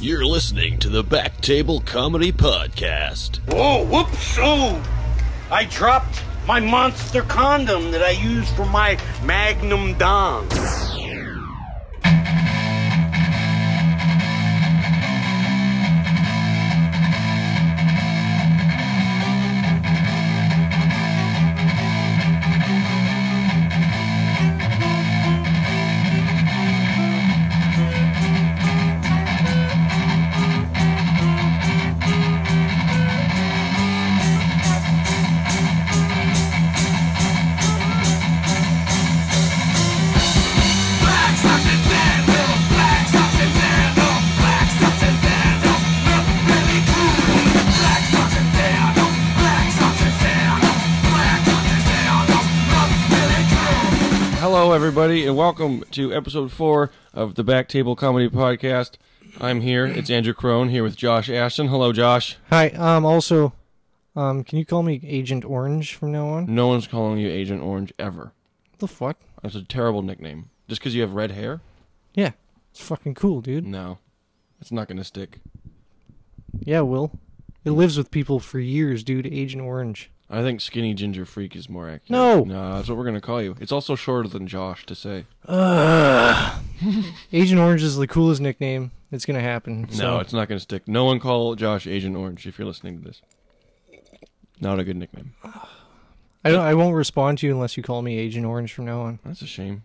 You're listening to the Back Table Comedy Podcast. Whoa, whoops, oh! I dropped my monster condom that I use for my magnum dong. Hello, everybody, and welcome to episode four of the Back Table Comedy Podcast. I'm here. It's Andrew Crone here with Josh Ashton. Hello, Josh. Hi. Um. Also, um. Can you call me Agent Orange from now on? No one's calling you Agent Orange ever. The fuck? That's a terrible nickname. Just because you have red hair? Yeah. It's fucking cool, dude. No, it's not going to stick. Yeah, Will. It lives with people for years, dude. Agent Orange. I think Skinny Ginger Freak is more accurate. No. no, that's what we're going to call you. It's also shorter than Josh to say. Agent Orange is the coolest nickname. It's gonna happen. No, so- it's not going to stick. No one call Josh Agent Orange if you're listening to this. Not a good nickname. I don't. I won't respond to you unless you call me Agent Orange from now on. That's a shame.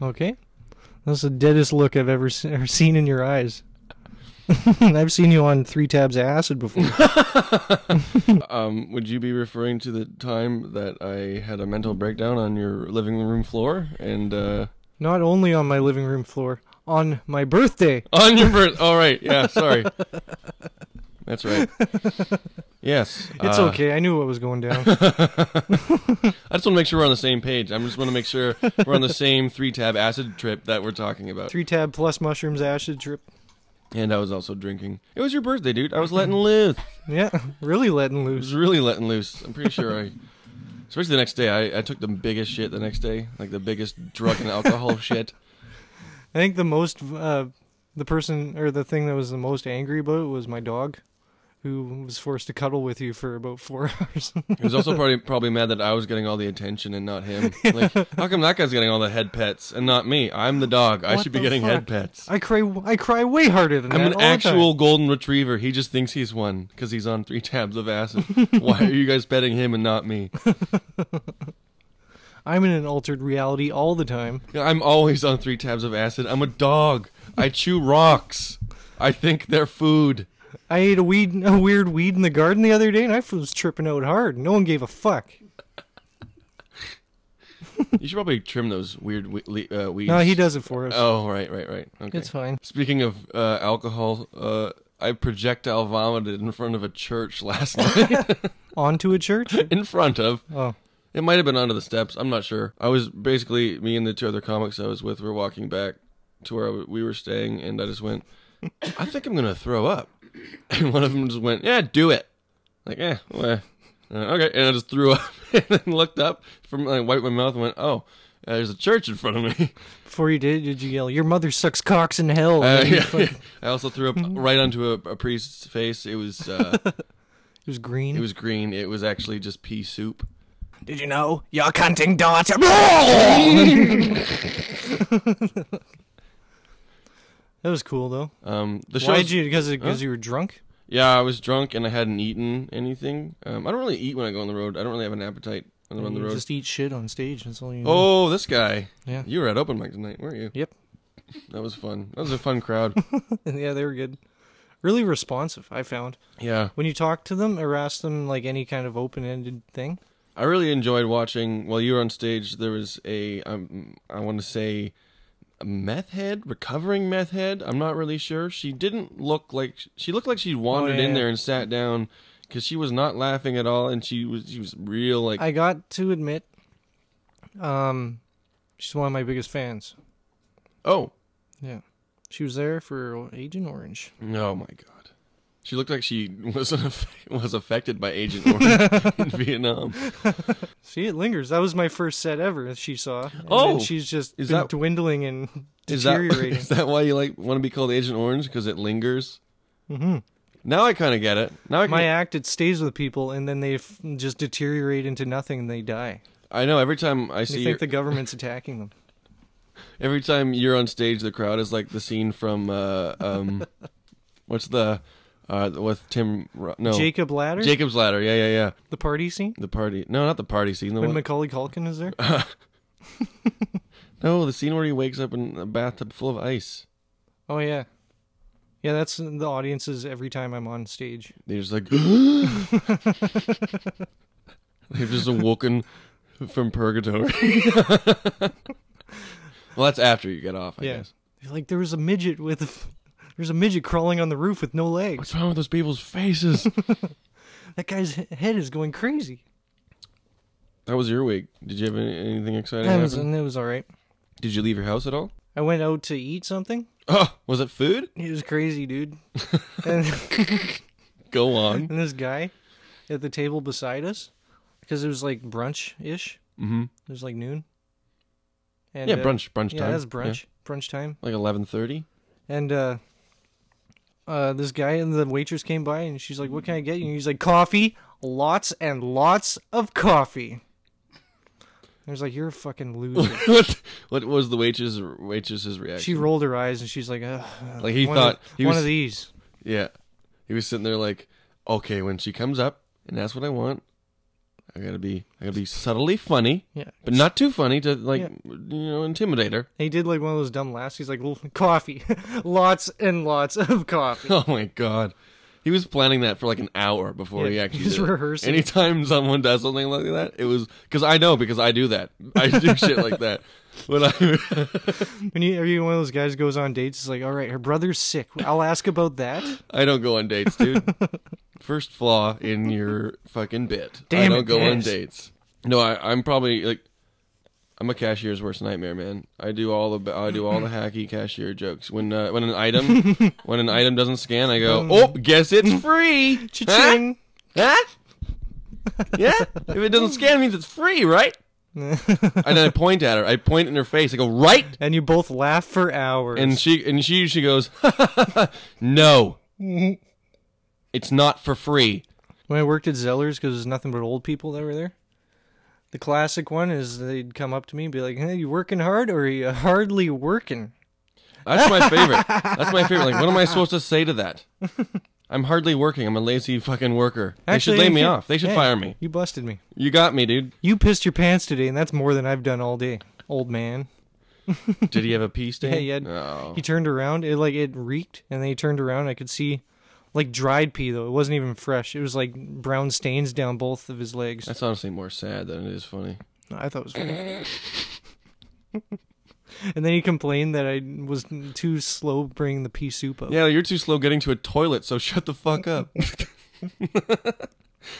Okay. That's the deadest look I've ever, se- ever seen in your eyes. I've seen you on three tabs of acid before. Um, would you be referring to the time that I had a mental breakdown on your living room floor and uh, Not only on my living room floor, on my birthday. on your birth? All right, yeah, sorry. That's right. Yes, It's uh, okay. I knew what was going down. I just want to make sure we're on the same page. I just want to make sure we're on the same three-tab acid trip that we're talking about. three tab plus mushrooms acid drip. And I was also drinking. It was your birthday, dude. I was letting loose. I Yeah, really letting loose. was really letting loose. I'm pretty sure I. Especially the next day, I, I took the biggest shit the next day, like the biggest drug and alcohol shit. I think the most uh, the person or the thing that was the most angry about it was my dog, who was forced to cuddle with you for about four hours. He was also probably probably mad that I was getting all the attention and not him. Like, how come that guy's getting all the head pets and not me? I'm the dog. I What should be the getting head fuck? pets. I cry, I cry way harder than I'm that. an all the time. actual golden retriever. He just thinks he's one because he's on three tabs of acid. Why are you guys petting him and not me? I'm in an altered reality all the time. I'm always on three tabs of acid. I'm a dog. I chew rocks. I think they're food. I ate a weed, a weird weed in the garden the other day, and I was tripping out hard. No one gave a fuck. You should probably trim those weird we- le- uh, weeds. No, he does it for us. Oh, right, right, right. Okay. It's fine. Speaking of uh, alcohol, uh, I projectile vomited in front of a church last night. Onto a church. in front of. Oh, It might have been onto the steps. I'm not sure. I was basically, me and the two other comics I was with were walking back to where I w- we were staying, and I just went, I think I'm going to throw up. And one of them just went, Yeah, do it. Like, eh, well, eh. Uh, okay. And I just threw up and then looked up from, like, wiped my mouth and went, Oh, uh, there's a church in front of me. before you did, did you yell, "Your mother sucks cocks in hell"? Uh, And Mm-hmm. you yeah, fucking- I also threw up right onto a, a priest's face. It was uh, It was green. it was green. It was actually just pea soup. Did you know your cunting daughter? that was cool though. Um, the Why show's- did you? Because because you were drunk. Yeah, I was drunk and I hadn't eaten anything. Um, I don't really eat when I go on the road. I don't really have an appetite when I'm on the You road. Mm, just eat shit on stage. That's all you. know. Oh, this guy. Yeah. You were at open mic tonight, weren't you? Yep. That was fun. That was a fun crowd. yeah, they were good. Really responsive. I found yeah. when you talk to them or ask them like any kind of open-ended thing. I really enjoyed watching while you were on stage. There was a um, I want to say a meth head, recovering meth head. I'm not really sure. She didn't look like she looked like she wandered Oh, yeah, in yeah. there and sat down because she was not laughing at all, and she was she was real like I got to admit, um, she's one of my biggest fans. oh Yeah, she was there for Agent Orange. oh my god. She looked like she was aff- was affected by Agent Orange in Vietnam. See, it lingers. That was my first set ever that she saw. And Oh! then she's just Is been that- dwindling and Is that deteriorating. is that why you like want to be called Agent Orange because it lingers? Mm-hmm. Now I kind of get it. Now I my can, act, it stays with people, and then they f- just deteriorate into nothing and they die. I know every time I They see your, think the government's attacking them. every time you're on stage, the crowd is like the scene from uh, um, what's the uh, with Tim Ro- no Jacob Ladder, Jacob's Ladder. Yeah, yeah, yeah. the party scene The party. No, not the party scene. The when one, Macaulay Culkin is there. no, the scene where he wakes up in a bathtub full of ice. Oh yeah, yeah. That's the audiences every time I'm on stage. They're just like they've just awoken from purgatory. well, that's after you get off, I Yeah, guess. They're like there was a midget with, there's a midget crawling on the roof with no legs. What's wrong with those people's faces? That guy's he- head is going crazy. that was your week. Did you have any, anything exciting? That was, happen? that was all right. Did you leave your house at all? I went out to eat something. Oh, was it food? It was crazy, dude. and, Go on. and this guy at the table beside us, because it was like brunch ish. Mm-hmm. It was like noon. And, Yeah, uh, brunch, brunch Yeah, time. that's brunch. Brunch time. Like eleven thirty. And uh, uh, this guy and the waitress came by, and she's like, "What can I get you?" And he's like, "Coffee, lots and lots of coffee." I was like, "You're a fucking loser." what? What was the waitress waitress's reaction? she rolled her eyes, and she's like, Ugh, Like, he one thought- of, he one was- of these." yeah, he was sitting there like, okay, when she comes up and asks what I want, I gotta be, I gotta be subtly funny. Yeah. but not too funny to like Yeah. you know intimidate her. And he did like one of those dumb laughs. He's like, "Well, "Coffee, lots and lots of coffee." Oh my god. He was planning that for like an hour before Yeah, he actually he was did it. rehearsing. Anytime someone does something like that, it was because I know because I do that. I do shit like that. When I When you are you one of those guys who goes on dates? It's like, "All right, her brother's sick. I'll ask about that." I don't go on dates, dude. First flaw in your fucking bit. I Damn don't it, go on Dennis. dates. No, I, I'm probably like I'm a cashier's worst nightmare, man. I do all the I do all the hacky cashier jokes. When uh, when an item when an item doesn't scan, I go, oh, guess it's free. Huh? Um, Cha-ching. Huh? yeah? If it doesn't scan, it means it's free, right? and then I point at her. I point in her face. I go, right? And you both laugh for hours. And she and she she goes, no, it's not for free. when I worked at Zeller's, because there's nothing but old people that were there. The classic one is they'd come up to me and be like, "Hey, you working hard or are you hardly working?" That's my favorite. That's my favorite. Like, what am I supposed to say to that? I'm hardly working. I'm a lazy fucking worker. Actually, they should lay me you- off. They should hey, fire me. You busted me. You got me, dude. You pissed your pants today, and that's more than I've done all day, old man. Did he have a pee stain? Yeah, he had- No. He turned around. It like it reeked, and then he turned around. I could see, like dried pee though. It wasn't even fresh. It was like brown stains down both of his legs. That's honestly more sad than it is funny. I thought it was. Funny. and then he complained that I was too slow bringing the pea soup up. Yeah, you're too slow getting to a toilet, so shut the fuck up.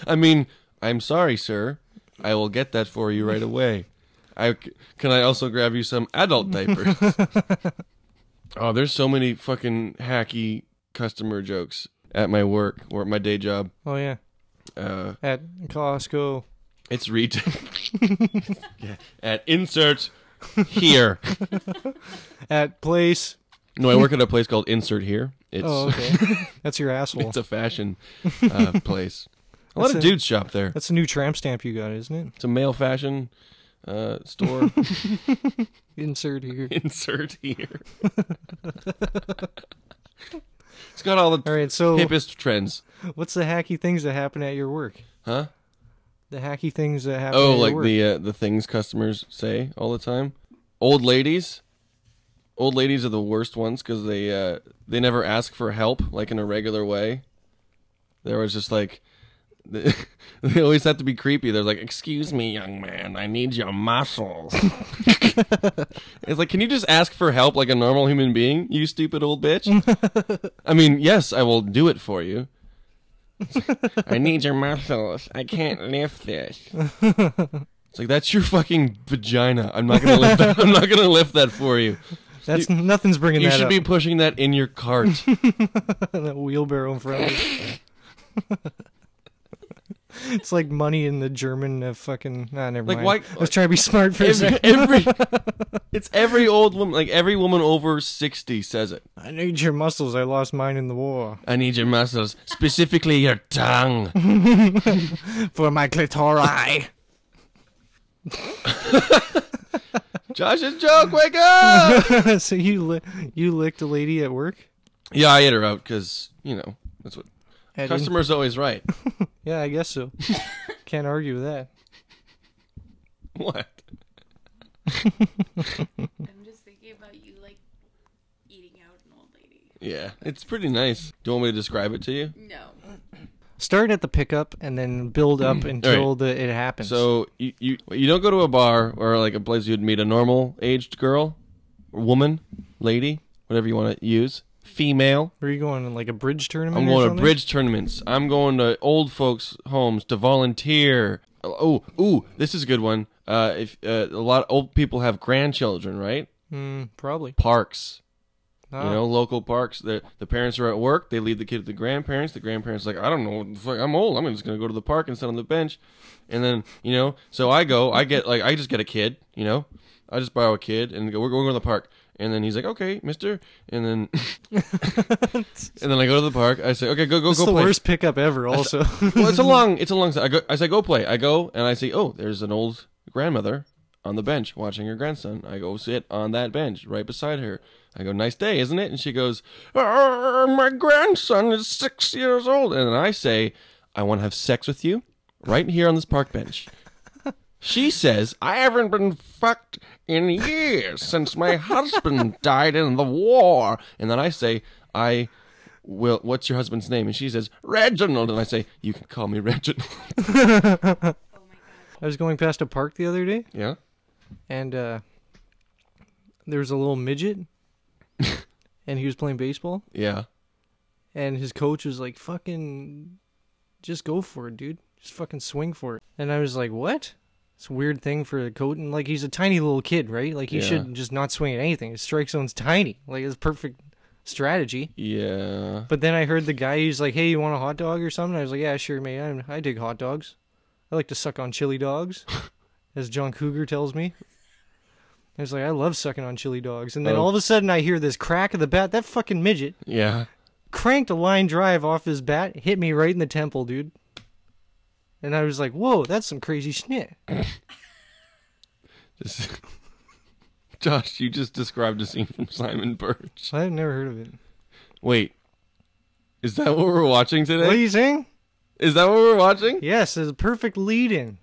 I mean, I'm sorry, sir. I will get that for you right away. I c- can I also grab you some adult diapers? oh, there's so many fucking hacky customer jokes at my work or at my day job. Oh yeah, Uh, at Costco. it's retail. At insert here. At place. No, I work at a place called Insert Here. It's Oh, okay. That's your asshole. it's a fashion uh, place. A lot That's of a- dudes shop there. That's a new tramp stamp you got, isn't It's a male fashion uh, store. it? Insert here. Insert here. it's got all the All right, so hippest trends, what's the hacky things that happen at your work? huh? The hacky things that happen. Oh, at your like work. the uh, the things customers say all the time. Old ladies, old ladies are the worst ones because they uh, they never ask for help like in a regular way. There was just like. They they always have to be creepy. They're like, "Excuse me, young man, I need your muscles." it's like, can you just ask for help like a normal human being? You stupid old bitch. I mean, yes, I will do it for you. I need your muscles. I can't lift this. It's like that's your fucking vagina. I'm not gonna lift that. I'm not gonna lift that for you. That's nothing's bringing You that should up. be pushing that in your cart. that wheelbarrow in front of you. It's like money in the German uh, fucking. Nah, never Like, mind. why- I was trying to be smart for a every, second. every it's every old woman, like every woman over sixty, says it. I need your muscles. I lost mine in the war. I need your muscles, specifically your tongue. For my clitori. Josh's joke, wake up! so you li- you licked a lady at work? yeah, I ate her out because you know that's what At in- customer's always right. yeah, I guess so. Can't argue with that. what? I'm just thinking about you like eating out an old lady. Yeah, it's pretty nice. Do you want me to describe it to you? No. Start at the pickup and then build up until right. the, it happens. So you, you you don't go to a bar or like a place you'd meet a normal aged girl, or woman, lady, whatever you want to use, female. Were you going in like a bridge tournament? I'm or going to something? bridge tournaments. I'm going to old folks' homes to volunteer. Oh, ooh, this is a good one. Uh, if uh, a lot of old people have grandchildren, right? Mm, probably. Parks. Oh. You know, local parks. The the parents are at work. They leave the kid to the grandparents. The grandparents are like, I don't know, what the fuck, I'm old. I'm just gonna go to the park and sit on the bench. And then you know, so I go. I get like I just get a kid. You know, I just borrow a kid and go. We're going to the park. And then he's like, okay, mister. And then and then I go to the park. I say, okay, go go It's go the play. worst pickup ever. Also, well, it's a long it's a long. I go. I say, go play. I go and I say, oh, there's an old grandmother on the bench watching her grandson. I go sit on that bench right beside her. I go, nice day, isn't it? And she goes, "Arr, my grandson is six years old. And then I say, I want to have sex with you right here on this park bench. She says, I haven't been fucked in years since my husband died in the war. And then I say, I will, what's your husband's name? And she says, Reginald. And I say, you can call me Reginald. I was going past a park the other day, yeah. and uh, there was a little midget, and he was playing baseball, Yeah. and his coach was like, "Fucking, just go for it, dude. Just fucking swing for it." And I was like, "What?" It's a weird thing for a coach, and like he's a tiny little kid, right? Like he Yeah. should just not swing at anything. His strike zone's tiny. Like it's perfect strategy. Yeah. But then I heard the guy he's like, "Hey, you want a hot dog or something?" I was like, "Yeah, sure, mate. I'm, I dig hot dogs. I like to suck on chili dogs," as John Cougar tells me. I was like, "I love sucking on chili dogs." And then Oh. all of a sudden, I hear this crack of the bat. That fucking midget Yeah. cranked a line drive off his bat, hit me right in the temple, dude. And I was like, "Whoa, that's some crazy shit." This- Josh, you just described a scene from Simon Birch. I've never heard of it. Wait. Is that what we're watching today? What are you saying? Is that what we're watching? Yes, it's a perfect lead-in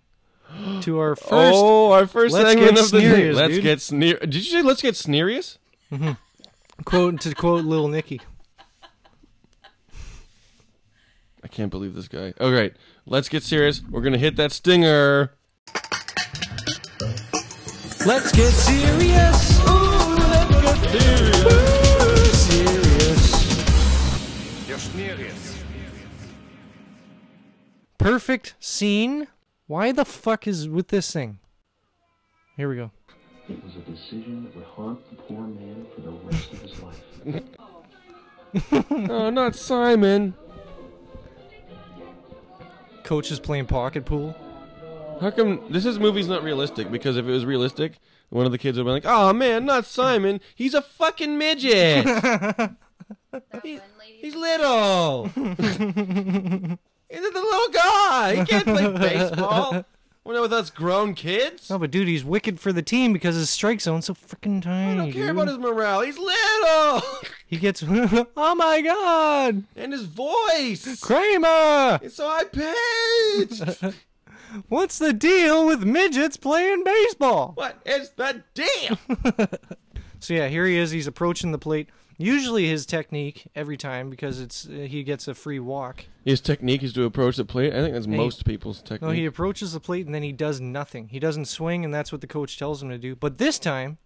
to our first. oh, our 1st let's segment get of the day. sneerious, Let's dude. get sneer. Did you say let's get sneerious? Quote to quote, Lil Nicky. I can't believe this guy. All right, let's get serious. We're gonna hit that stinger. Let's get serious. Ooh, let's get serious. Oh, serious. Perfect scene. Why the fuck is with this thing? Here we go. It was a decision that would haunt the poor man for the rest of his life. Oh, not Simon. Coach is playing pocket pool. How come this is movie's not realistic? Because if it was realistic, one of the kids would be like, "Oh man, not Simon. He's a fucking midget. he's, he's little. he's a little guy. He can't play baseball. Well, no, with us grown kids." No, but dude, he's wicked for the team because his strike zone's so freaking tiny. I don't care dude. about his morale. He's little. He gets. oh my god, and his voice. Kramer! It's so high pitched. What's the deal with midgets playing baseball? what is the deal? So yeah, here he is. He's approaching the plate. Usually his technique every time because it's uh, he gets a free walk. His technique is to approach the plate. I think that's most people's technique. No, he approaches the plate and then he does nothing. He doesn't swing, and that's what the coach tells him to do. But this time,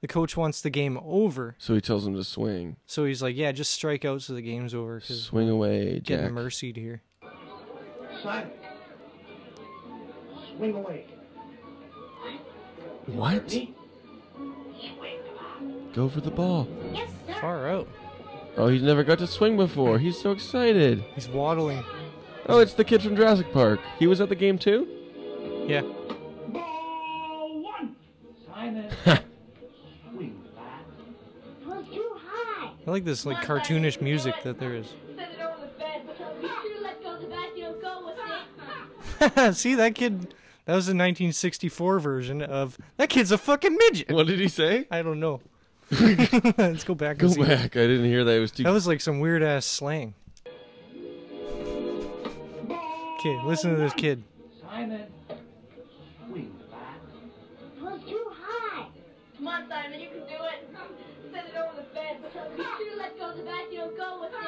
the coach wants the game over, so he tells him to swing, so he's like, "Yeah, just strike out so the game's over because swing away, Jack. getting mercied here." What? Go for the ball. Yes, sir. Far out. Oh, he's never got to swing before. He's so excited. He's waddling. Oh, it's the kid from Jurassic Park. He was at the game too? Yeah. Ball one. Simon. Swing back. Pull too high. I like this like cartoonish music that there is. Send it over the fence. Be sure to let go of the bat. You don't go with it. See that kid? That was the 1964 version of that kid's a fucking midget. What did he say? I don't know. Let's go back. And Go see. back. I didn't hear that. It was too. That was like some weird ass slang. Okay, listen to this kid. Simon. Swing back. Pull too high. Come on, Simon. You can do it. Send it over the fence. Be sure to let go of the bat. You don't go with it.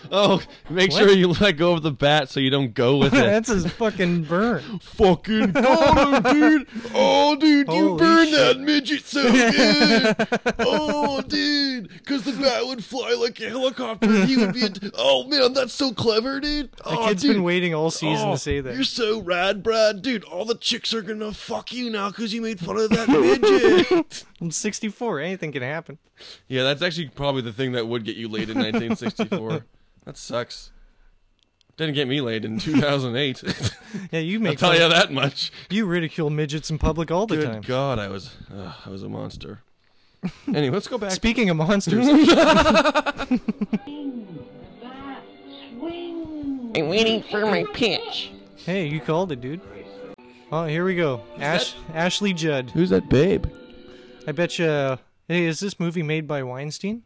oh, make What? sure you let go of the bat so you don't go with it. That's his fucking burn. fucking got him, dude. Oh, dude, you Holy burned shit. that midget so good. oh, dude, because the bat would fly like a helicopter. And he would be. A t- oh man, that's so clever, dude. The Oh, kid's dude. been waiting all season Oh, to say You're that. so rad, Brad, dude. All the chicks are gonna fuck you now because you made fun of that midget. I'm 64. Anything can happen. Yeah, that's actually probably the thing that would get you laid in 1964. that sucks. Didn't get me laid in 2008. Yeah, you I'll make tell fun- you that much. You ridicule midgets in public all the Good time. God, I was uh, I was a monster. Anyway, let's go back. Speaking of monsters, I'm waiting for my pitch. hey, you called it, dude. Oh, here we go. Ash Ashley Judd. Who's that babe? I bet you. hey, is this movie made by Weinstein?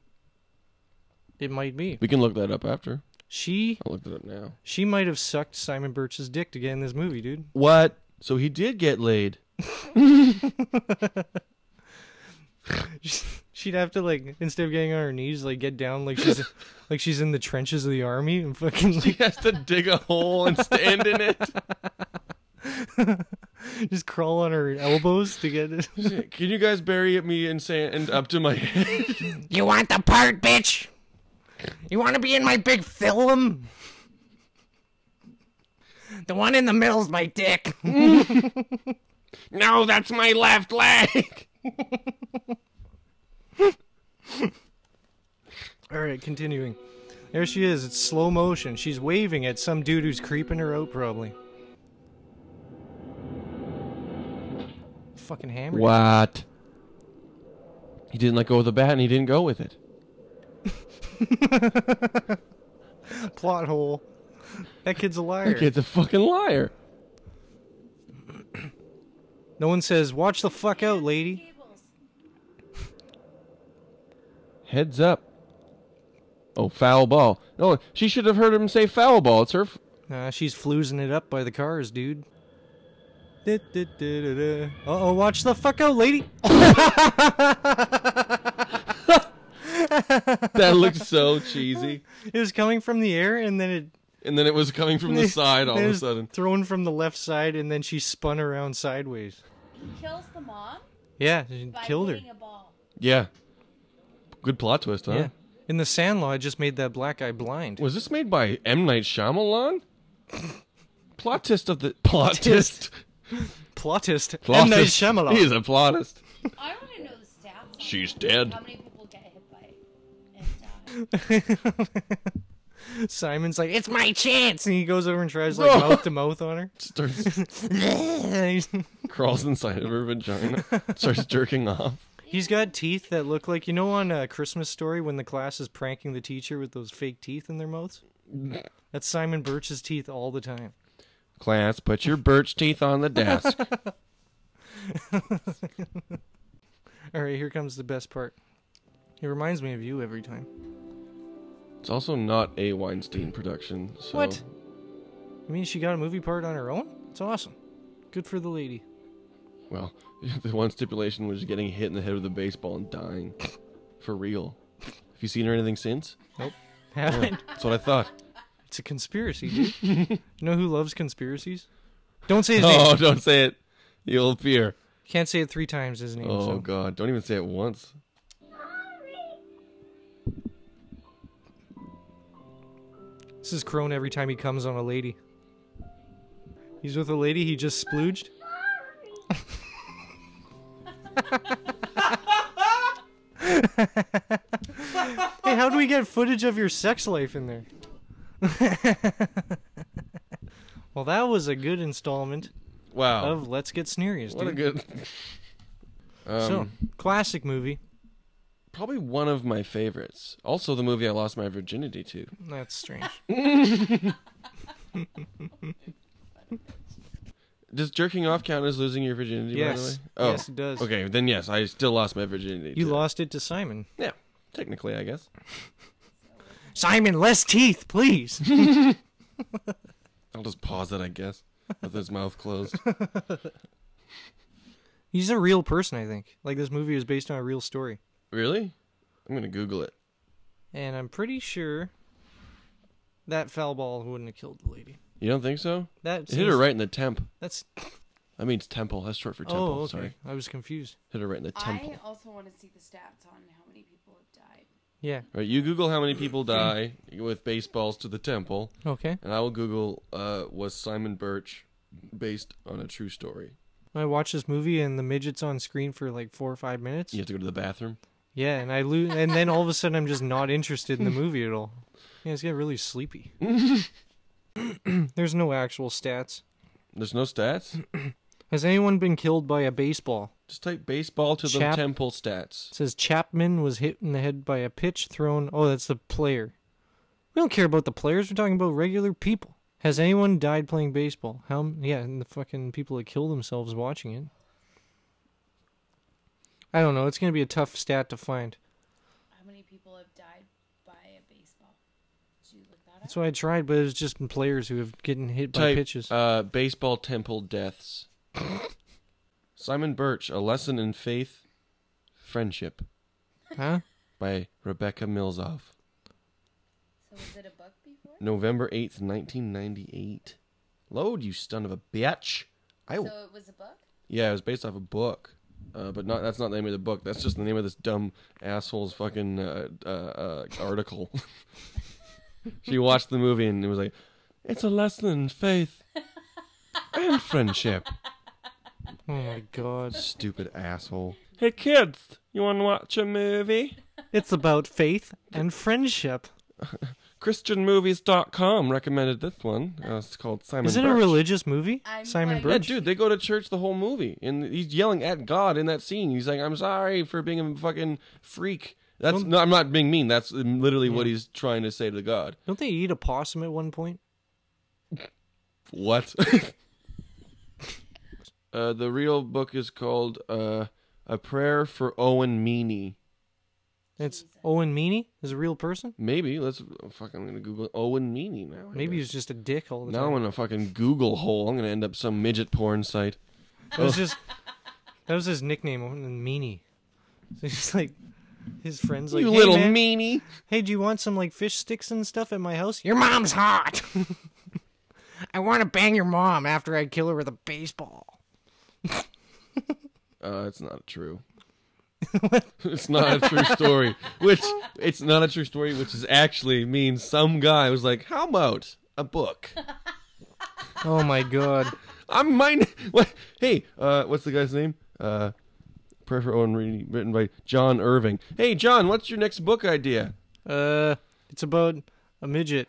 It might be. We can look that up after. She I'll look it up now. she might have sucked Simon Birch's dick to get in this movie, dude. What? So he did get laid. She'd have to like instead of getting on her knees, like get down like she's like she's in the trenches of the army and fucking He like has to dig a hole and stand in it. just crawl on her elbows to get it. Can you guys bury me in sand up to my head? You want the part, bitch? You want to be in my big film? The one in the middle's my dick. no, that's my left leg. All right, continuing. There she is. It's slow motion. She's waving at some dude who's creeping her out, probably. Fucking hammered. What? He didn't let go of the bat and he didn't go with it. Plot hole. That kid's a liar. Kid's a fucking liar. No one says, "Watch the fuck out, lady." Tables. Heads up. Oh, foul ball. No, she should have heard him say foul ball. It's her. F- Nah, she's floozing it up by the cars, dude. Uh oh, watch the fuck out, lady. that looks so cheesy. It was coming from the air, and then it And then it was coming from the side all it of a was sudden. thrown from the left side, and then she spun around sideways. He kills the mom Yeah, she by killed her. hitting a ball. Yeah. Good plot twist, huh? Yeah. In the Sandlaw, I just made that black guy blind. Was this made by M Night Shyamalan? Plotist of the plotist. Plotist. plotist. M. Night Shyamalan. He's a plotist. I want to know the stats. on She's it. dead. How many people get hit by it? And, uh, Simon's like, it's It's my chance. and he goes over and tries like mouth to mouth on her. Starts And he's- crawls inside of her vagina. Starts jerking off. He's got teeth that look like you know on uh, Christmas Story when the class is pranking the teacher with those fake teeth in their mouths. That's Simon Birch's teeth all the time. Class, put your birch teeth on the desk. All right, here comes the best part. He reminds me of you every time. it's also not a Weinstein production. So What? I mean, she got a movie part on her own. It's awesome. Good for the lady. Well, the one stipulation was getting hit in the head with a baseball and dying. For real. Have you seen her anything since? Haven't. That's what I thought. It's a conspiracy, dude. you know who loves conspiracies? Don't say his Oh, name. don't say it. You'll appear. Can't say it three times his name. Oh so. God! Don't even say it once. This is Crone every time he comes on a lady. He's with a lady he just splooged. Hey, how do we get footage of your sex life in there? well, that was a good installment Wow. of Let's Get Sneerious, what a dude. good. um, so, classic movie. probably one of my favorites. Also, the movie I lost my virginity to. That's strange. Does jerking off count as losing your virginity? By the way? yes. Oh. Yes, it does. Okay, then yes, I still lost my virginity. You to- lost it to Simon. Yeah, technically, I guess. Simon, less teeth, please. I'll just pause it, I guess, with his mouth closed. He's a real person, I think. Like this movie is based on a real story, really? I'm gonna Google it. and I'm pretty sure that foul ball wouldn't have killed the lady. You don't think so? That It hit seems- her right in the temp. That's That means temple. That's short for temple. oh, okay. Sorry, I was confused. hit her right in the temple. I also want to see the stats on how many people have died. Yeah. Right, you Google how many people die with baseballs to the temple, Okay. and I will Google uh, was Simon Birch based on a true story. I watched this movie and the midget's on screen for like four or five minutes. You have to go to the bathroom. Yeah, and I lose, and then all of a sudden I'm just not interested in the movie at all. Yeah, it's getting really sleepy. There's no actual stats. There's no stats. Has anyone been killed by a baseball? Just type baseball to the Chap- temple stats. It says Chapman was hit in the head by a pitch thrown. Oh, that's the player. We don't care about the players. We're talking about regular people. Has anyone died playing baseball? How? m- Yeah, and the fucking people that kill themselves watching it. I don't know. It's gonna be a tough stat to find. How many people have died by a baseball? Did you look that That's up? what I tried, but it was just players who have getting hit by Type pitches. Uh, baseball temple deaths. Simon Birch: A Lesson in Faith, Friendship huh? by Rebecca Milzoff. So was it a book before? November 8th, 1998. Load, you son of a bitch. I So it was a book? Yeah, it was based off a book. Uh, but not that's not the name of the book. That's just the name of this dumb asshole's fucking uh, uh, uh, article. she watched the movie and it was like, it's a lesson in faith and friendship. Oh my god. Stupid asshole. Hey kids, you want to watch a movie? It's about faith and friendship. ChristianMovies.com recommended this one. Uh, it's called Simon. Is it a Birch. religious movie? I'm Simon like- Yeah, Birch? dude, they go to church the whole movie, and he's yelling at God in that scene. He's like, "I'm sorry for being a fucking freak." That's no, I'm not being mean. That's literally what he's trying to say to God. Don't they eat a possum at one point? What? uh, the real book is called uh, "A Prayer for Owen Meany." It's Owen Meany is a real person? Maybe let's oh, fuck. I'm gonna Google Owen Meany now. I Maybe guess. he's just a dick all the now time. I'm in a fucking Google hole. I'm gonna end up some midget porn site. That was just that was his nickname, Owen Meany. So he's like his friends like you hey, little man, meanie. hey, do you want some like fish sticks and stuff at my house? Your mom's hot. I want to bang your mom after I kill her with a baseball. Uh, it's not true. it's not a true story. Which it's not a true story, which is actually means some guy was like, "How about a book?" Oh my god. I'm mine. What? Hey, uh, what's the guy's name? Uh, Prayer for Owen Reedy, written by John Irving. Hey, John, what's your next book idea? Uh it's about a midget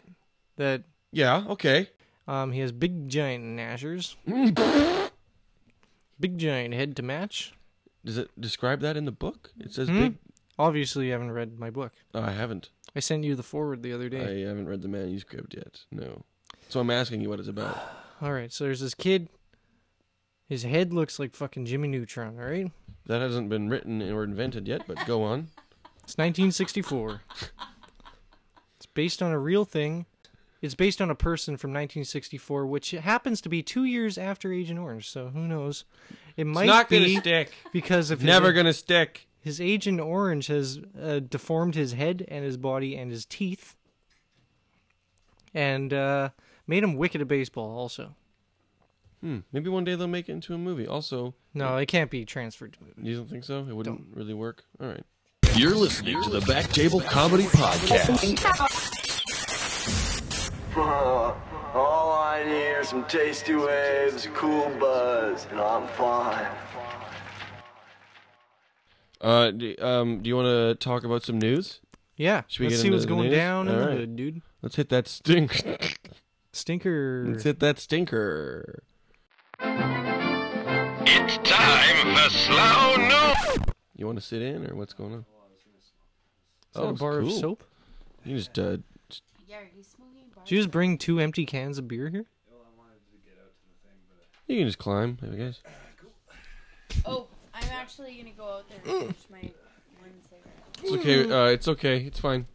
that Yeah, okay. Um, he has big giant gnashers. big giant head to match. Does it describe that in the book? It says Hmm? big. Obviously, you haven't read my book. Oh, I haven't. I sent you the forward the other day. I haven't read the manuscript yet. No. So I'm asking you what it's about. All right, so there's this kid. His head looks like fucking Jimmy Neutron. All right, That hasn't been written or invented yet, but go on. it's 1964. it's based on a real thing. It's based on a person from 1964, which happens to be two years after Agent Orange. So who knows? It might it's not be gonna stick. because of his Never gonna stick. His Agent Orange has uh, deformed his head and his body and his teeth, and uh, made him wicked at baseball. Also, Maybe one day they'll make it into a movie. Also, no, it can't be transferred to movies. you don't think so? It wouldn't really work. All right. You're listening to the Back Table Comedy Podcast. All I need are some tasty waves, a cool buzz, and I'm fine. Uh, do, um, do you want to talk about some news? Yeah. Should we Let's get see into what's the going news? down in All the right. hood, dude. Let's hit that stink. Stinker. Let's hit that stinker. It's time for slow news. You want to sit in or what's going on? Oh, Is that a it's bar of cool. soap? You just uh, Yeah, are you smoking bar? Did you just bring two empty cans of beer here? you can just climb, I guess. Oh, I'm actually gonna go out there and finish my one cigarette. It's okay. Uh, it's okay. It's fine.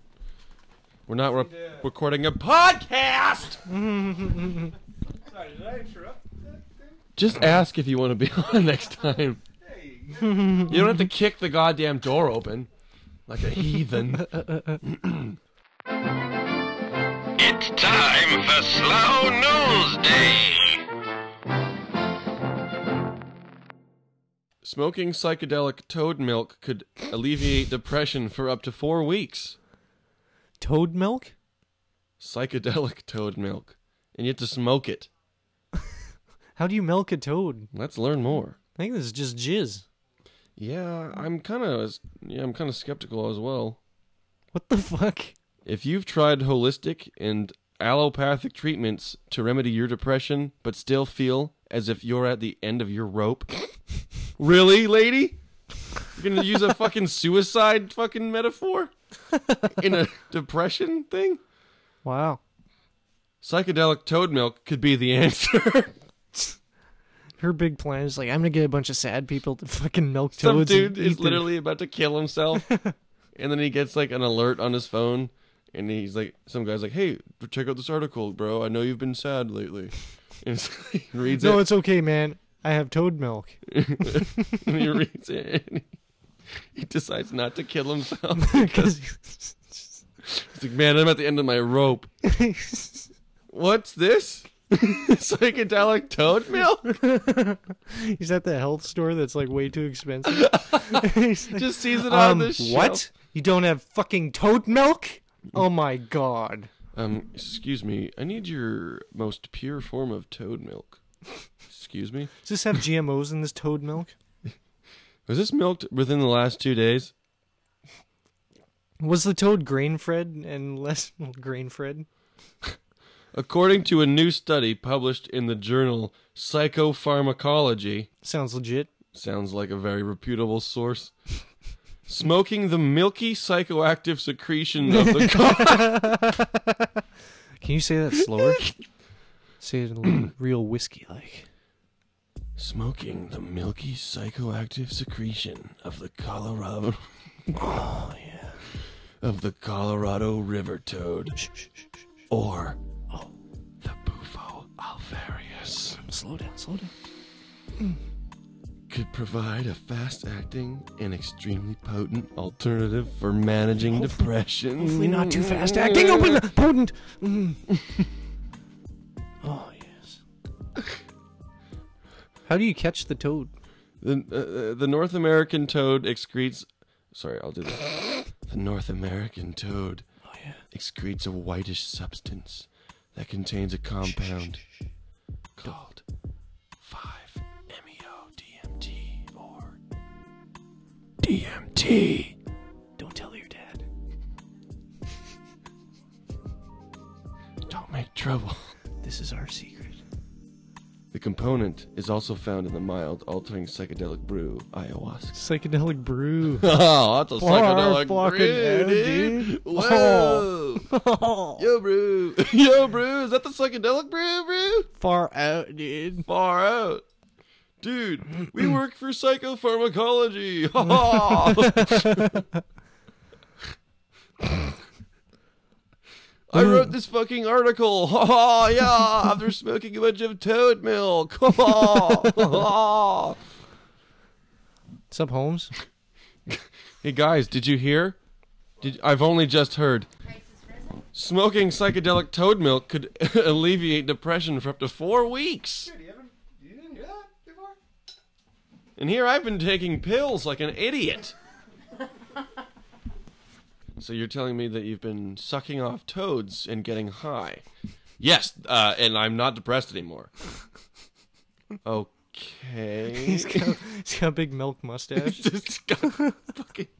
We're not re- recording a podcast. Sorry, did I interrupt? Just ask if you want to be on next time. You don't have to kick the goddamn door open like a heathen. It's time for slow news day. Smoking psychedelic toad milk could alleviate depression for up to four weeks. Toad milk? Psychedelic toad milk. And you have to smoke it. How do you milk a toad? Let's learn more. I think this is just jizz. Yeah, I'm kind of yeah, I'm kind of skeptical as well. What the fuck? If you've tried holistic and allopathic treatments to remedy your depression but still feel as if you're at the end of your rope, really, lady? You're going to use a fucking suicide fucking metaphor in a depression thing? Wow. Psychedelic toad milk could be the answer. Her big plan is like, I'm gonna get a bunch of sad people to fucking milk Some toads. and dude eat is their- literally about to kill himself, and then he gets like an alert on his phone, and he's like, some guy's like, "Hey, check out this article, bro. I know you've been sad lately." And so he reads No, it, it's okay, man. I have toad milk. and he reads it, and he, he decides not to kill himself. 'Cause- He's like, "Man, I'm at the end of my rope. What's this? Psychedelic toad milk?" he's at the health store that's like way too expensive. He's like, Just sees it on um, the shelf. what? You don't have fucking toad milk? Oh my god. Um, excuse me. I need your most pure form of toad milk. Excuse me. Does this have GMOs in this toad milk? Was this milked within the last two days? Was the toad grain fed and less grain fed? According to a new study published in the journal Psychopharmacology, Sounds legit. sounds like a very reputable source. Smoking the milky psychoactive secretion of the co- Can you say that slower? say it in a little- real whiskey like. smoking the milky psychoactive secretion of the Colorado oh, yeah. of the Colorado River toad or the Bufo alvarius. Slow down, slow down. could provide a fast acting and extremely potent alternative for managing depression. Hopefully not Mm. too fast acting. Open the potent. Mm. oh yes. How do you catch the toad? The, uh, uh, the North American toad excretes. Sorry, I'll do this. The North American toad Oh, excretes a whitish substance that contains a compound called E 5-MeO-DMT or DMT. Don't tell your dad. Don't make trouble. This is our secret. The component is also found in the mild, altering psychedelic brew, ayahuasca. Psychedelic brew. Oh, that's a psychedelic fucking brew, hell, dude. Oh. dude. Whoa. Yo, brew. Yo, brew. Is that the psychedelic brew, brew? Far out, dude. Far out. Dude, we work for psychopharmacology. I wrote this fucking article. Oh, yeah, after smoking a bunch of toad milk. What's up, Holmes? Hey guys, did you hear? Did I've only just heard. Smoking psychedelic toad milk could alleviate depression for up to four weeks. Dude, you haven't, you didn't hear that before? And here I've been taking pills like an idiot. so you're telling me that you've been sucking off toads and getting high? Yes, uh, and I'm not depressed anymore. Oh, Okay. He's got, he's got a big milk mustache. Just got fucking.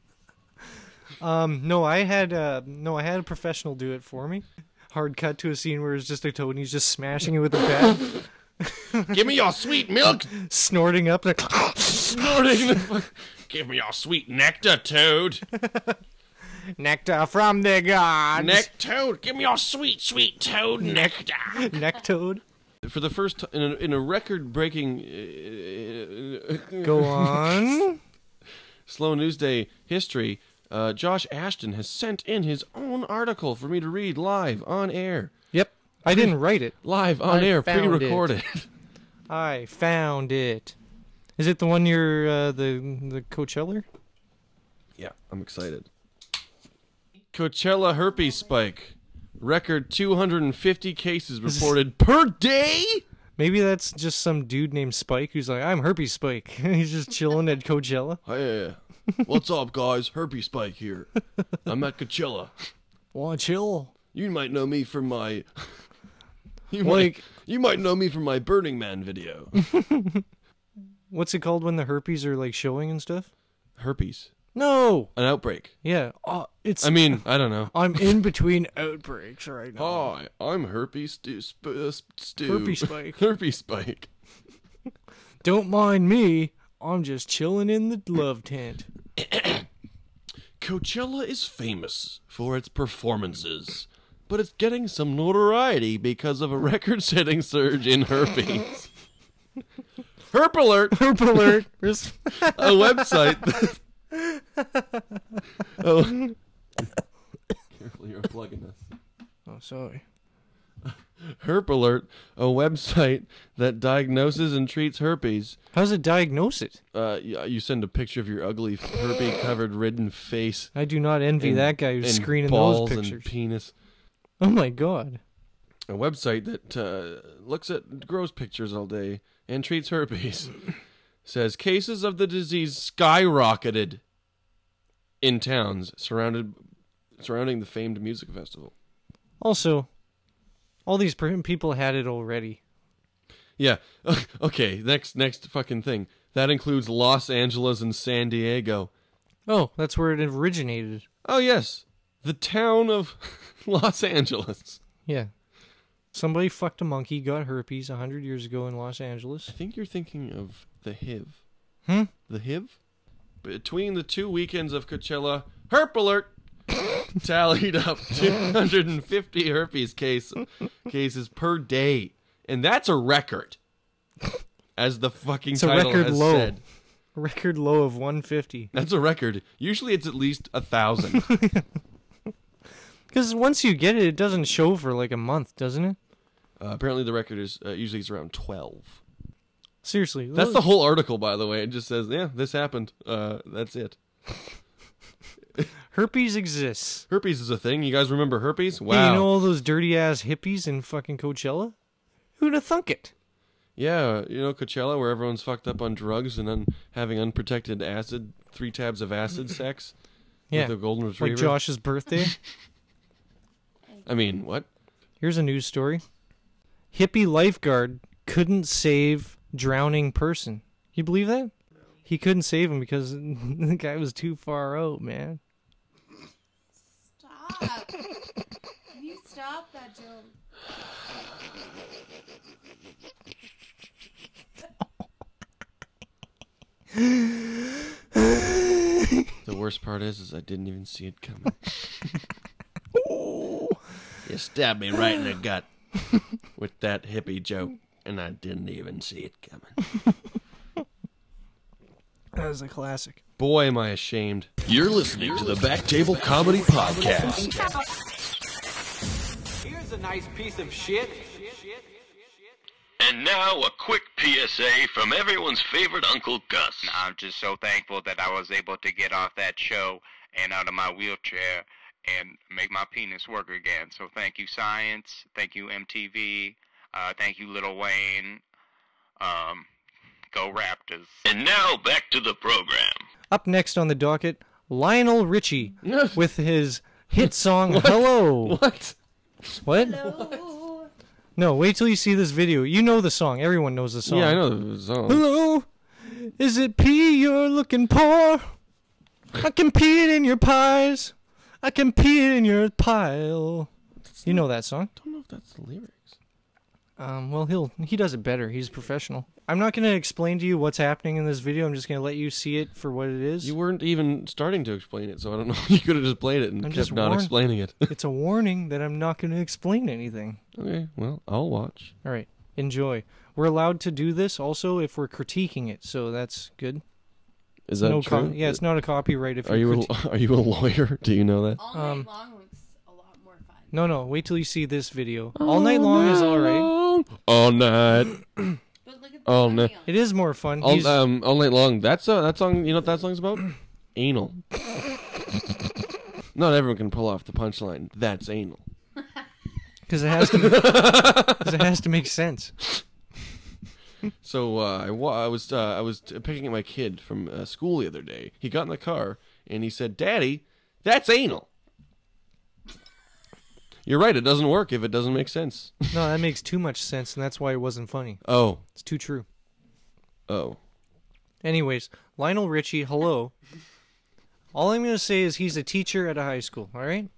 Um, no, I had uh, no, I had a professional do it for me. Hard cut to a scene where it's just a toad and he's just smashing it with a bat, Give me your sweet milk, snorting up. Like, snorting. The fuck. Give me your sweet nectar, Toad. Nectar from the gods. Neck Toad. Give me your sweet, sweet Toad nectar. Neck toad. For the first time in a, in a uh, record-breaking uh, Go on. Slow News Day history, uh, Josh Ashton has sent in his own article for me to read live on air. yep. I didn't write it. Live on I air, found it. pre-recorded. I found it. Is it the one you're uh, the the Coachella? yeah, I'm excited. Coachella herpes spike. Record 250 cases reported per day. Maybe that's just some dude named Spike who's like, I'm Herpes Spike. he's just chilling at Coachella. Hey, what's up, guys? Herpes spike here. I'm at Coachella. Wanna chill? You might know me from my. you Like- might, you might know me from my Burning Man video. What's it called when the herpes are like showing and stuff? herpes, No. an outbreak. Yeah. Uh, it's. I mean, I don't know. I'm in between outbreaks right now. Hi, I'm Herpes Stu. Sp- uh, sp- Stu. Herpes Spike. Herpes Spike. Don't mind me. I'm just chilling in the love tent. Coachella is famous for its performances, but it's getting some notoriety because of a record-setting surge in herpes. Herp alert! Herp alert. Res- a website. that- oh. Careful, you're plugging this. oh, sorry. Herp Alert, a website that diagnoses and treats herpes. How does it diagnose it? Uh, y- you send a picture of your ugly, herpes-covered, ridden face. I do not envy and- that guy who's and screening balls those pictures. And penis. oh my god. A website that uh, looks at gross pictures all day and treats herpes says cases of the disease skyrocketed in towns surrounded surrounding the famed music festival. Also, all these per- people had it already. Yeah. Okay. Next. Next fucking thing. That includes Los Angeles and San Diego. Oh, that's where it originated. Oh yes, the town of Los Angeles. Yeah. Somebody fucked a monkey, got herpes 100 years ago in Los I Angeles. think you're thinking of the HIV. Hmm? The HIV. Between the two weekends of Coachella, herp alert tallied up 250 herpes case cases per day, and that's a record. As the fucking a title record has low. said, Record low of 150. that's a record. Usually, it's at least a thousand. Uh, Because once you get it, it doesn't show for like a month, doesn't it? Uh, apparently, the record is uh, usually it's around twelve. Seriously. That's the those- whole article, by the way. It just says, "Yeah, this happened. Uh, that's it." Herpes exists. Herpes is a thing. You guys remember herpes? Hey, Wow. you know all those dirty ass hippies in fucking Coachella? Who'd have thunk it? yeah, you know Coachella, where everyone's fucked up on drugs and un- having unprotected acid, three tabs of acid sex Yeah. with a golden Like retriever. Josh's birthday. I mean, what? Here's a news story Hippie lifeguard couldn't save drowning person. You believe that? He couldn't save him because the guy was too far out, man. Stop. Can you stop that joke? The worst part is, is I didn't even see it coming. you stabbed me right in the gut with that hippie joke, and I didn't even see it coming. That was a classic. Boy, am I ashamed. You're listening to the Back Table Comedy Podcast. Here's a nice piece of shit. And now a quick PSA from everyone's favorite Uncle Gus. I'm just so thankful that I was able to get off that show and out of my wheelchair and make my penis work again. So thank you, science. Thank you, MTV. Uh, thank you, Little Wayne. Um, go Raptors. And now back to the program. Up next on the docket, Lionel Richie with his hit song Hello. What? What? Hello. No, wait till you see this video. You know the song. Everyone knows the song. Yeah, I know the song. Hello, is it pee you're looking for? I can pee it in your pies. I can pee it in your pile. you know that song? I don't know if that's the lyrics. Um, well, he'll he does it better. He's professional. I'm not gonna explain to you what's happening in this video. I'm just gonna let you see it for what it is. You weren't even starting to explain it, so I don't know. You could have just played it and I'm kept just not warned- explaining it. it's a warning that I'm not gonna explain anything. okay, well, I'll watch. All right, enjoy. We're allowed to do this also if we're critiquing it, so that's good. Is that no true? co- yeah, it's not a copyright. If Are you you're a, are you a lawyer? Do you know that? All night long looks a lot more fun. No, no. Wait till you see this video. All night long is all right. All night, all night, It is more fun. all, He's- um, all night long. That's uh, that song. You know what that song's about? anal. Not everyone can pull off the punchline. That's anal. Because it has to. Because it has to make sense. So uh, I, wa- I was uh, I was t- picking up my kid from uh, school the other day. He got in the car and he said, "Daddy, that's anal." You're right. It doesn't work if it doesn't make sense. No, that makes too much sense, and that's why it wasn't funny. oh, It's too true. oh. Anyways, Lionel Richie, hello. All I'm gonna say is he's a teacher at a high school. All right.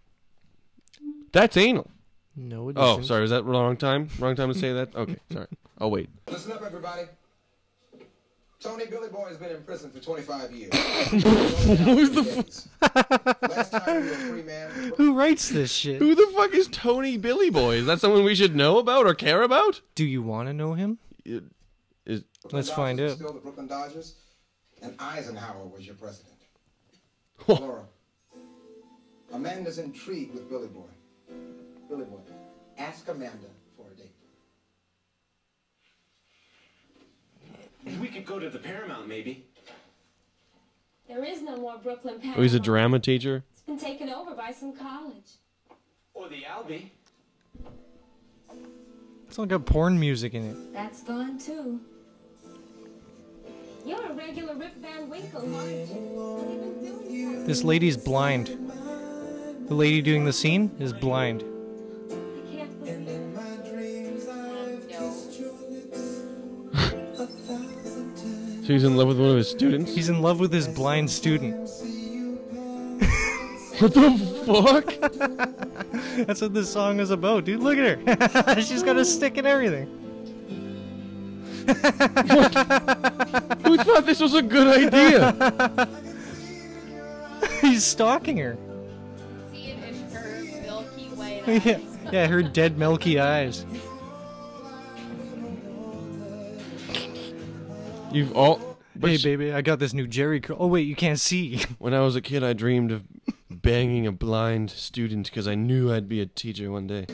That's anal. No. It Oh, isn't. sorry. Was that wrong time? Wrong time to say that? Okay, sorry. I'll wait. Listen up, everybody. Tony Billy Boy has been in prison for 25 years. Who's the Last time he was free man. Who writes this shit? Who the fuck is Tony Billy Boy? Is that someone we should know about or care about? Do you want to know him? It- is- Let's find Dodgers out. are Still the Brooklyn Dodgers, and Eisenhower was your president. Laura, Amanda's intrigued with Billy Boy. Billy Boy, ask Amanda for a date. We could go to the Paramount, maybe. There is no more Brooklyn Paramount. oh, he's a drama teacher. It's been taken over by some college. Or the Albee. It's all got porn music in it. That's gone too. You're a regular Rip Van Winkle, aren't you? What have you been doing? This lady's blind. The lady doing the scene is blind. I can't believe it. So he's in love with one of his students. He's in love with his blind student. What the fuck? That's what this song is about, dude. Look at her. She's got a stick and everything. Who thought this was a good idea? He's stalking her. See it in her milky white eyes. yeah. yeah, her dead milky eyes. You've all. but hey, sh- baby, I got this new Jerry curl. Oh, wait, you can't see. When I was a kid, I dreamed of banging a blind student because I knew I'd be a teacher one day.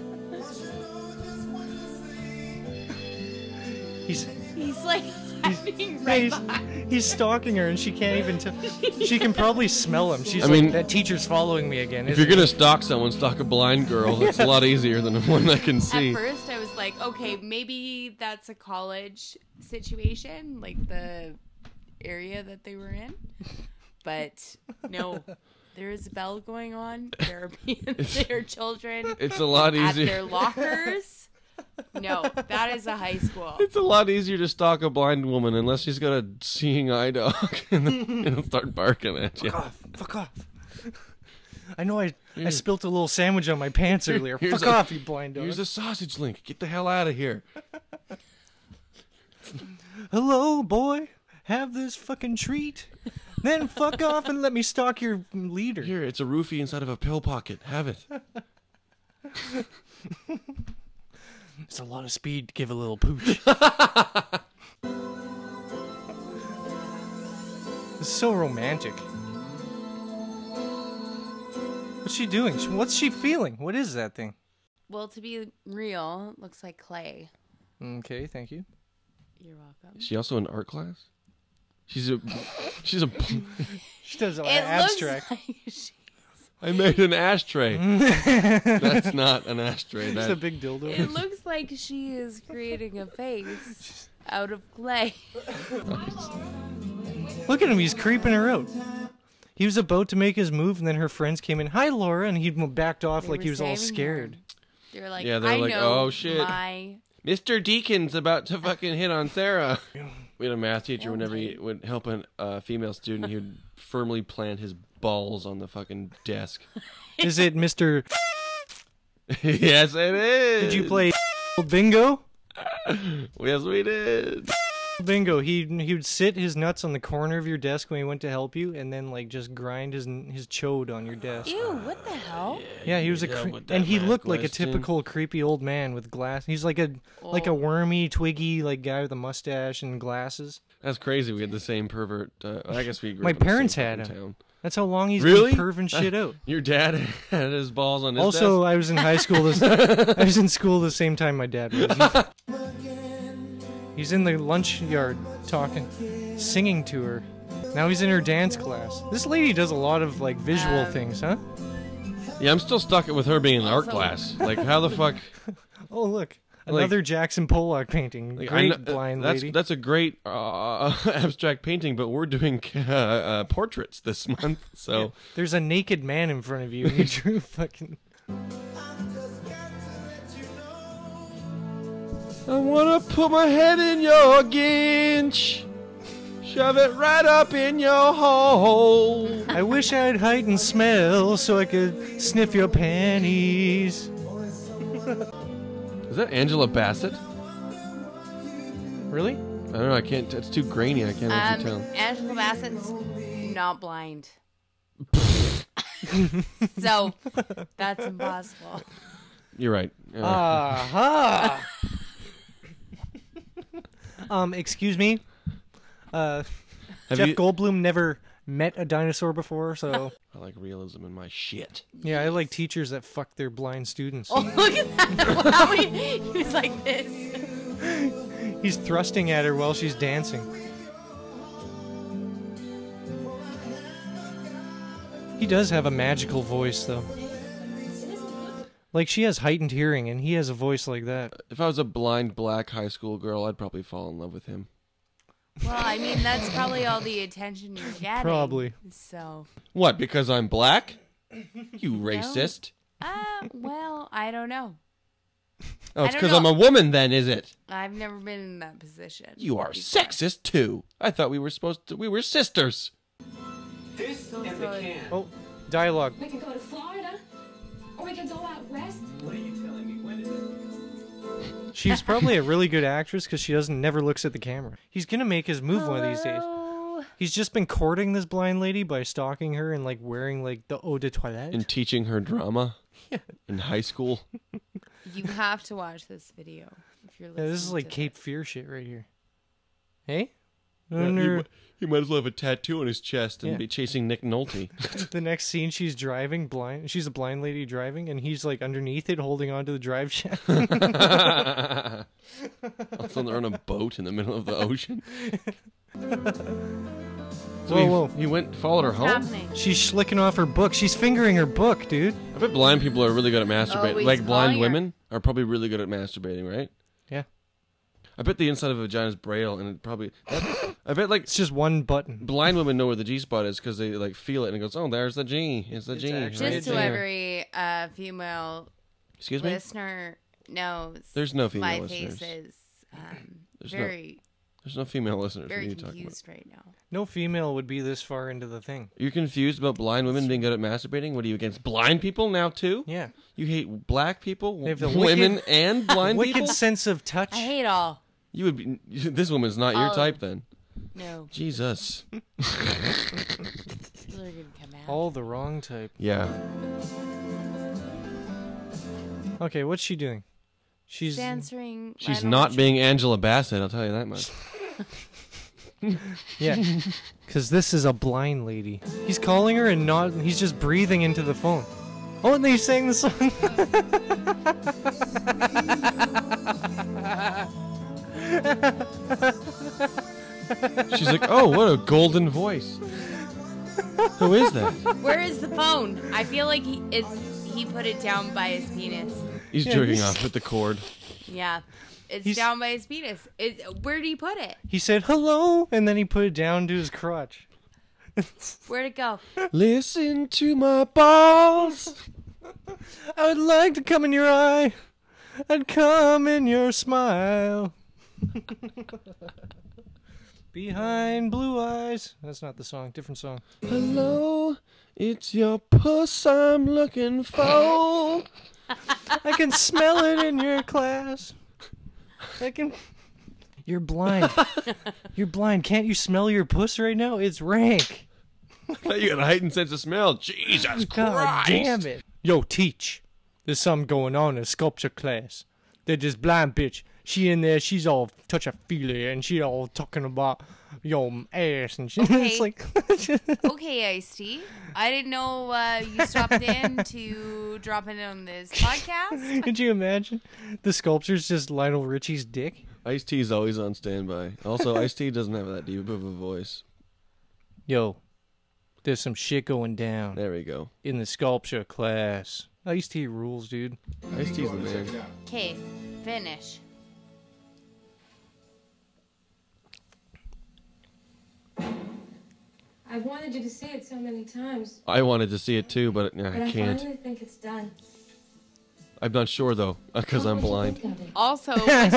He's, He's like hiding yeah, right he's, he's stalking her, and she can't even tell. She can probably smell him. She's I like, mean- that teacher's following me again. If isn't you're he?" gonna stalk someone, stalk a blind girl. It's a lot easier than one that can At see. first, I was like, okay, maybe that's a college situation, like the area that they were in. But no, there is a bell going on. There are being their children. It's a lot At easier. their lockers. No, that is a high school. It's a lot easier to stalk a blind woman unless she's got a seeing eye dog and then it'll start barking at you. Fuck off. Fuck off. I know I, I spilt a little sandwich on my pants earlier. Mm. Here's Fuck a- off, you blind dog. Here's a sausage link. Get the hell out of here. Hello, boy. Have this fucking treat. Then fuck off and let me stalk your leader. Here, it's a roofie inside of a pill pocket. Have it. It's a lot of speed to give a little pooch. it's so romantic. What's she doing? She- What's she feeling? What is that thing? Well, to be real, it looks like clay. Okay, thank you. You're welcome. Is she also in art class? She's a. She's a. She does all It that looks abstract. like she- I made an ashtray. That's not an ashtray. Just That, a big dildo. it looks like she is creating a face out of clay. Look at him, he's creeping her out. He was about to make his move, and then her friends came in. Hi, Laura, and he backed off They like were he was all saving scared. They're like, yeah, they're I like, know oh shit, my Mr. Deacon's about to fucking hit on Sarah. We had a math teacher whenever he would help a uh, female student, he would firmly plant his balls on the fucking desk. Is it Mr. yes, it is. Did you play bingo? Yes, we did. Bingo. He he would sit his nuts on the corner of your desk when he went to help you, and then like just grind his his chode on your desk. Ew, what the hell? Yeah, he was a Yeah, cre- with that and he math looked like a question. typical creepy old man with glass. He's like a like a wormy, twiggy like guy with a mustache and glasses. That's crazy. We had the same pervert. Uh, I guess we. Grew My up in the same parents had fucking him. town. That's how long he's really been perving shit out. Your dad had his balls on his also, desk? I was in high school. This I was in school the same time my dad was. He's- He's in the lunch yard talking, singing to her. Now he's in her dance class. This lady does a lot of like visual things, huh? Yeah, I'm still stuck with her being in art class. Like, how the fuck? Oh look, Like- another Jackson Pollock painting. Like, Great I kn- uh, blind that's, lady. That's a great uh, abstract painting, but we're doing uh, uh, portraits this month, so There's a naked man in front of you, and you drew fucking. I wanna put my head in your ginch, shove it right up in your hole. I wish I had height and smell so I could sniff your panties. Is that Angela Bassett? Really? I don't know. I can't. It's too grainy. I can't actually Um, tell. Angela Bassett's not blind. so that's impossible. You're right. You're uh, right. Aha! um, excuse me. Uh, Have Jeff you- Goldblum never met a dinosaur before, so I like realism in my shit. yeah, I like teachers that fuck their blind students. Oh, look at that. Wow, he, he was like this. He's thrusting at her while she's dancing. He does have a magical voice, though. Like she has heightened hearing, and he has a voice like that. If I was a blind black high school girl, I'd probably fall in love with him. Well, I mean, that's probably all the attention you're getting. Probably. So, What? Because I'm black? You racist? uh, well, I don't know. Oh, it's I don't because know. I'm a woman, then, is it? I've never been in that position. You are before. sexist too. I thought we were supposed to. We were sisters. This and the can. Oh, dialogue. We could go to Florida, or we could go out west. What are you telling me? When is it? She's probably a really good actress because she doesn't never looks at the camera. He's gonna make his move one of these days. Hello. He's just been courting this blind lady by stalking her and like wearing like the eau de toilette. And teaching her drama in high school. You have to watch this video if you're Yeah, listening. this is like to Cape Fear shit right here. Hey, Yeah, he, Under- mi- he might as well have a tattoo on his chest and Yeah. be chasing Nick Nolte. the next scene she's driving blind she's a blind lady driving and he's like underneath it holding onto the drive shaft Also, they're on a boat in the middle of the ocean. So Whoa, he, whoa. he went followed her What's home. happening? she's slicking off her book she's fingering her book dude I bet blind people are really good at Oh, masturbating. he's like blind calling her. women are probably really good at masturbating, right? yeah I bet the inside of a vagina is braille, and it probably. I bet like it's just one button blind women know where the G spot is because they like feel it and it goes, oh, there's the G. It's the G. actually right Just to there." every uh, female Excuse me. listener knows There's no female my listeners. face is um, There's no- very, There's no female listeners. what are very you talking about? confused right now. no female would be this far into the thing You're confused about blind women being good at masturbating. What are you against blind people now too? yeah You hate black people, They have the women, wicked- and blind wicked people. sense of touch I hate all. You would be. This woman's not your Oh. type then. No, Jesus. people are gonna come out. all the wrong type Yeah. okay what's she doing she's She's answering. I She's don't not know. being Angela Bassett. I'll tell you that much. yeah because this is a blind lady he's calling her and not he's just breathing into the phone oh and they sang the song She's like, oh, what a golden voice. Who is that? Where is the phone? I feel like he, it's he put it down by his penis. He's Yeah, jerking he's- off with the cord. Yeah, it's He's- down by his penis. It, where did he put it? he said hello and then he put it down to his crotch Where'd it go? Listen to my balls. I would like to come in your eye and come in your smile. Behind blue eyes. That's not the song. Different song. Hello, it's your puss I'm looking for. I can smell it in your class. I can. You're blind. You're blind. Can't you smell your puss right now? It's rank. I thought you had a heightened sense of smell. Jesus God Christ. damn it. Yo, teach. There's something going on in sculpture class. They're just blind bitch. She in there, she's all touch a feely and she all talking about your ass and she, Okay. it's like okay, Ice T. I didn't know uh, you stopped in to drop in on this podcast. Could you imagine? The sculpture's just Lionel Richie's dick. Ice T's always on standby. Also, Ice T doesn't have that deep of a voice. Yo, there's some shit going down. There we go. In the sculpture class. Ice T rules, dude. Ice T's the man. Okay, finish. I've wanted you to see it so many times, I wanted to see it too, but yeah, but I I can't. finally think it's done. I'm not sure though, because I'm blind. Also, It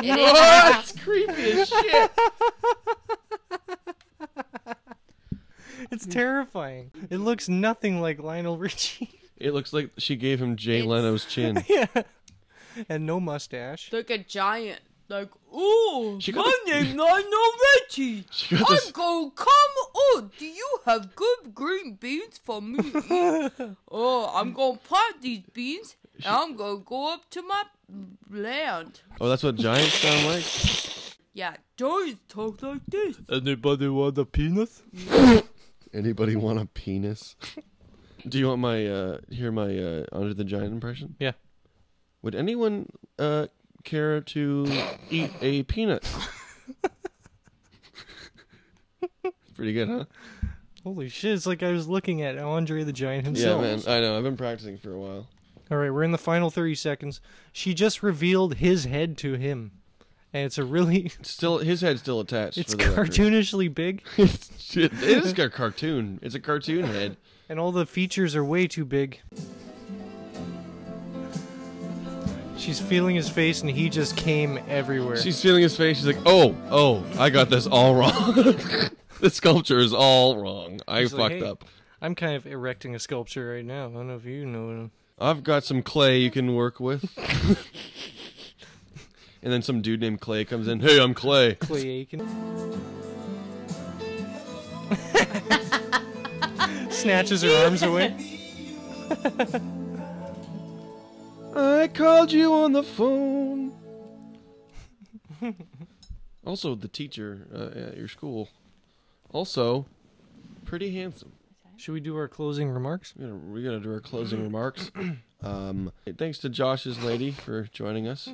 is. That's creepy as shit. It's terrifying. It looks nothing like Lionel Richie. It looks like she gave him Jay Leno's chin. yeah. And no mustache. Like a giant. Like, ooh, She got my the- name's Lionel Richie. She I'm got this- going to come on. Do you have good green beans for me? to eat? oh, I'm going to plant these beans and I'm going to go up to my land. Oh, that's what giants sound like. Yeah, giants talk like this. Anybody want a penis? Anybody want a penis? Do you want my uh hear my uh under the giant impression? Yeah. Would anyone uh care to eat a peanut? Pretty good, huh? Holy shit, it's like I was looking at Andre the Giant Yeah, himself. man. I know. I've been practicing for a while. All right, we're in the final 30 seconds. She just revealed his head to him. And it's a really Still, his head's still attached. it's for the record. cartoonishly big. Shit, it is a cartoon. It's a cartoon head. and all the features are way too big. She's feeling his face and he just came everywhere. She's feeling his face. She's like, "Oh, oh, I got this all wrong. the sculpture is all wrong. I He's fucked like, "Hey, up. I'm kind of erecting a sculpture right now. I don't know if you know. I've got some clay you can work with." and then some dude named Clay comes in. Hey, I'm Clay. Clay Aiken. Snatches her arms away. I called you on the phone. also, the teacher uh, at your school, also pretty handsome. Should we do our closing remarks? We're gonna, we're gonna do our closing remarks. Um, thanks to Josh's lady for joining us.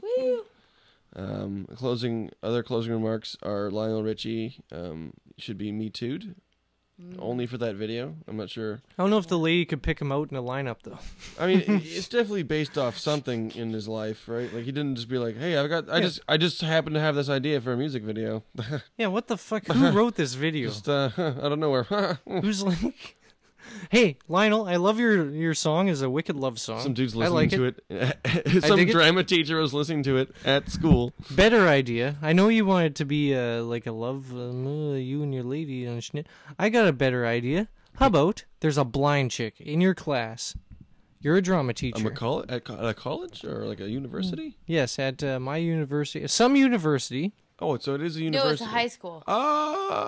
Um, closing other closing remarks are Lionel Richie um, should be me too'd, only for that video. I'm not sure. I don't know if the lady could pick him out in a lineup though. I mean, it- it's definitely based off something in his life, right? Like he didn't just be like, "Hey, I got, I Yeah. just, I just happened to have this idea for a music video." yeah, what the fuck? Who wrote this video? Just, uh, I don't know where. Who's like, hey Lionel, I love your your song is a wicked love song. Some dude's I listening like to it. I Some dig it. drama teacher was listening to it at school. Better idea. I know you want it to be uh, like a love, um, uh, you and your lady and shit. I got a better idea. How about there's a blind chick in your class? You're a drama teacher. I'm a col- at, co- at a college or like a university. Yes, at uh, my university, some university. Oh, so it is a No, it's university. Ah! a high school.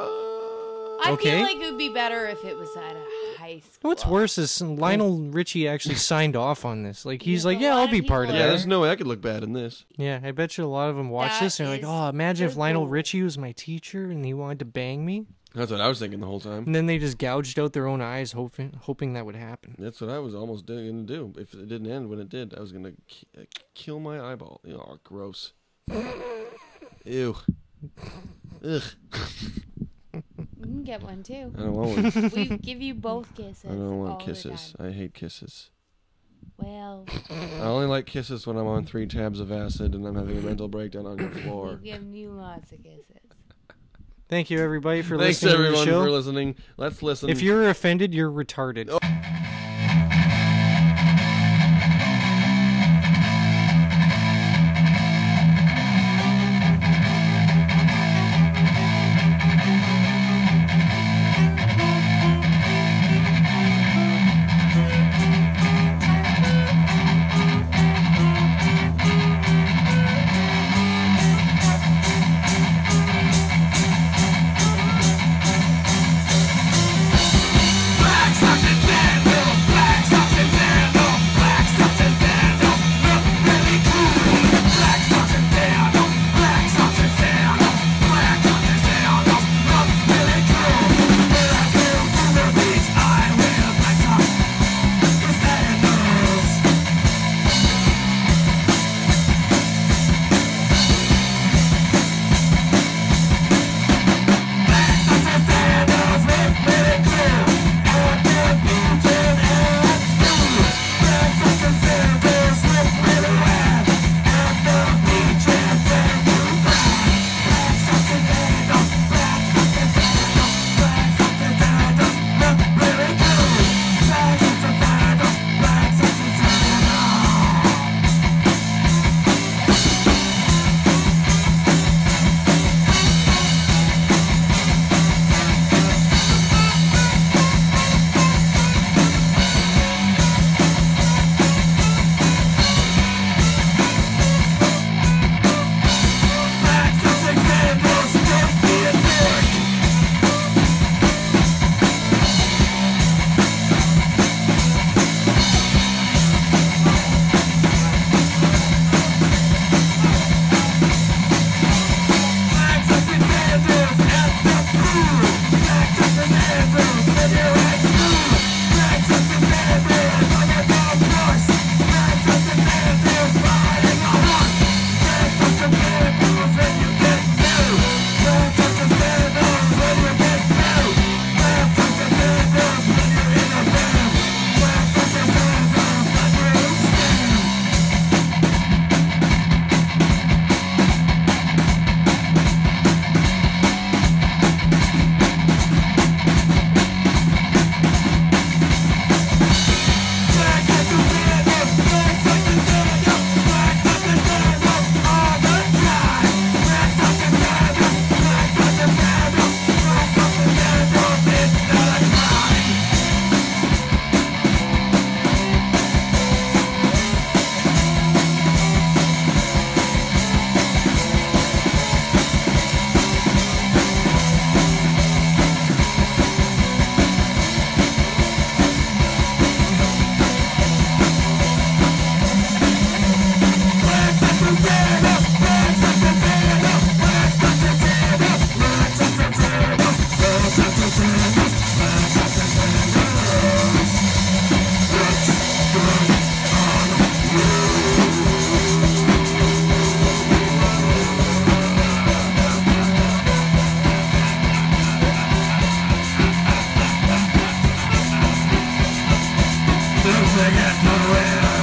I Okay. feel like it would be better if it was at a high school. What's worse is Lionel Richie actually signed off on this. Like he's like, yeah, I'll be part of yeah, that. there's no way I could look bad in this. Yeah, I bet you a lot of them watch That this and they're like, is oh, imagine if Lionel brutal. Richie was my teacher and he wanted to bang me. That's what I was thinking the whole time. And then they just gouged out their own eyes, hoping hoping that would happen. That's what I was almost do- gonna do. If it didn't end when it did, I was gonna ki- uh, kill my eyeball. Oh, gross. Ew. Ugh. You can get one too. I don't want one. we give you both kisses. I don't all want the kisses. I hate kisses. time. Well, I only like kisses when I'm on three tabs of acid and I'm having a mental breakdown on your we floor. give you lots of kisses. Thank you everybody for Thanks listening everyone to the show. for listening. Let's listen. If you're offended, you're retarded. things I got nowhere.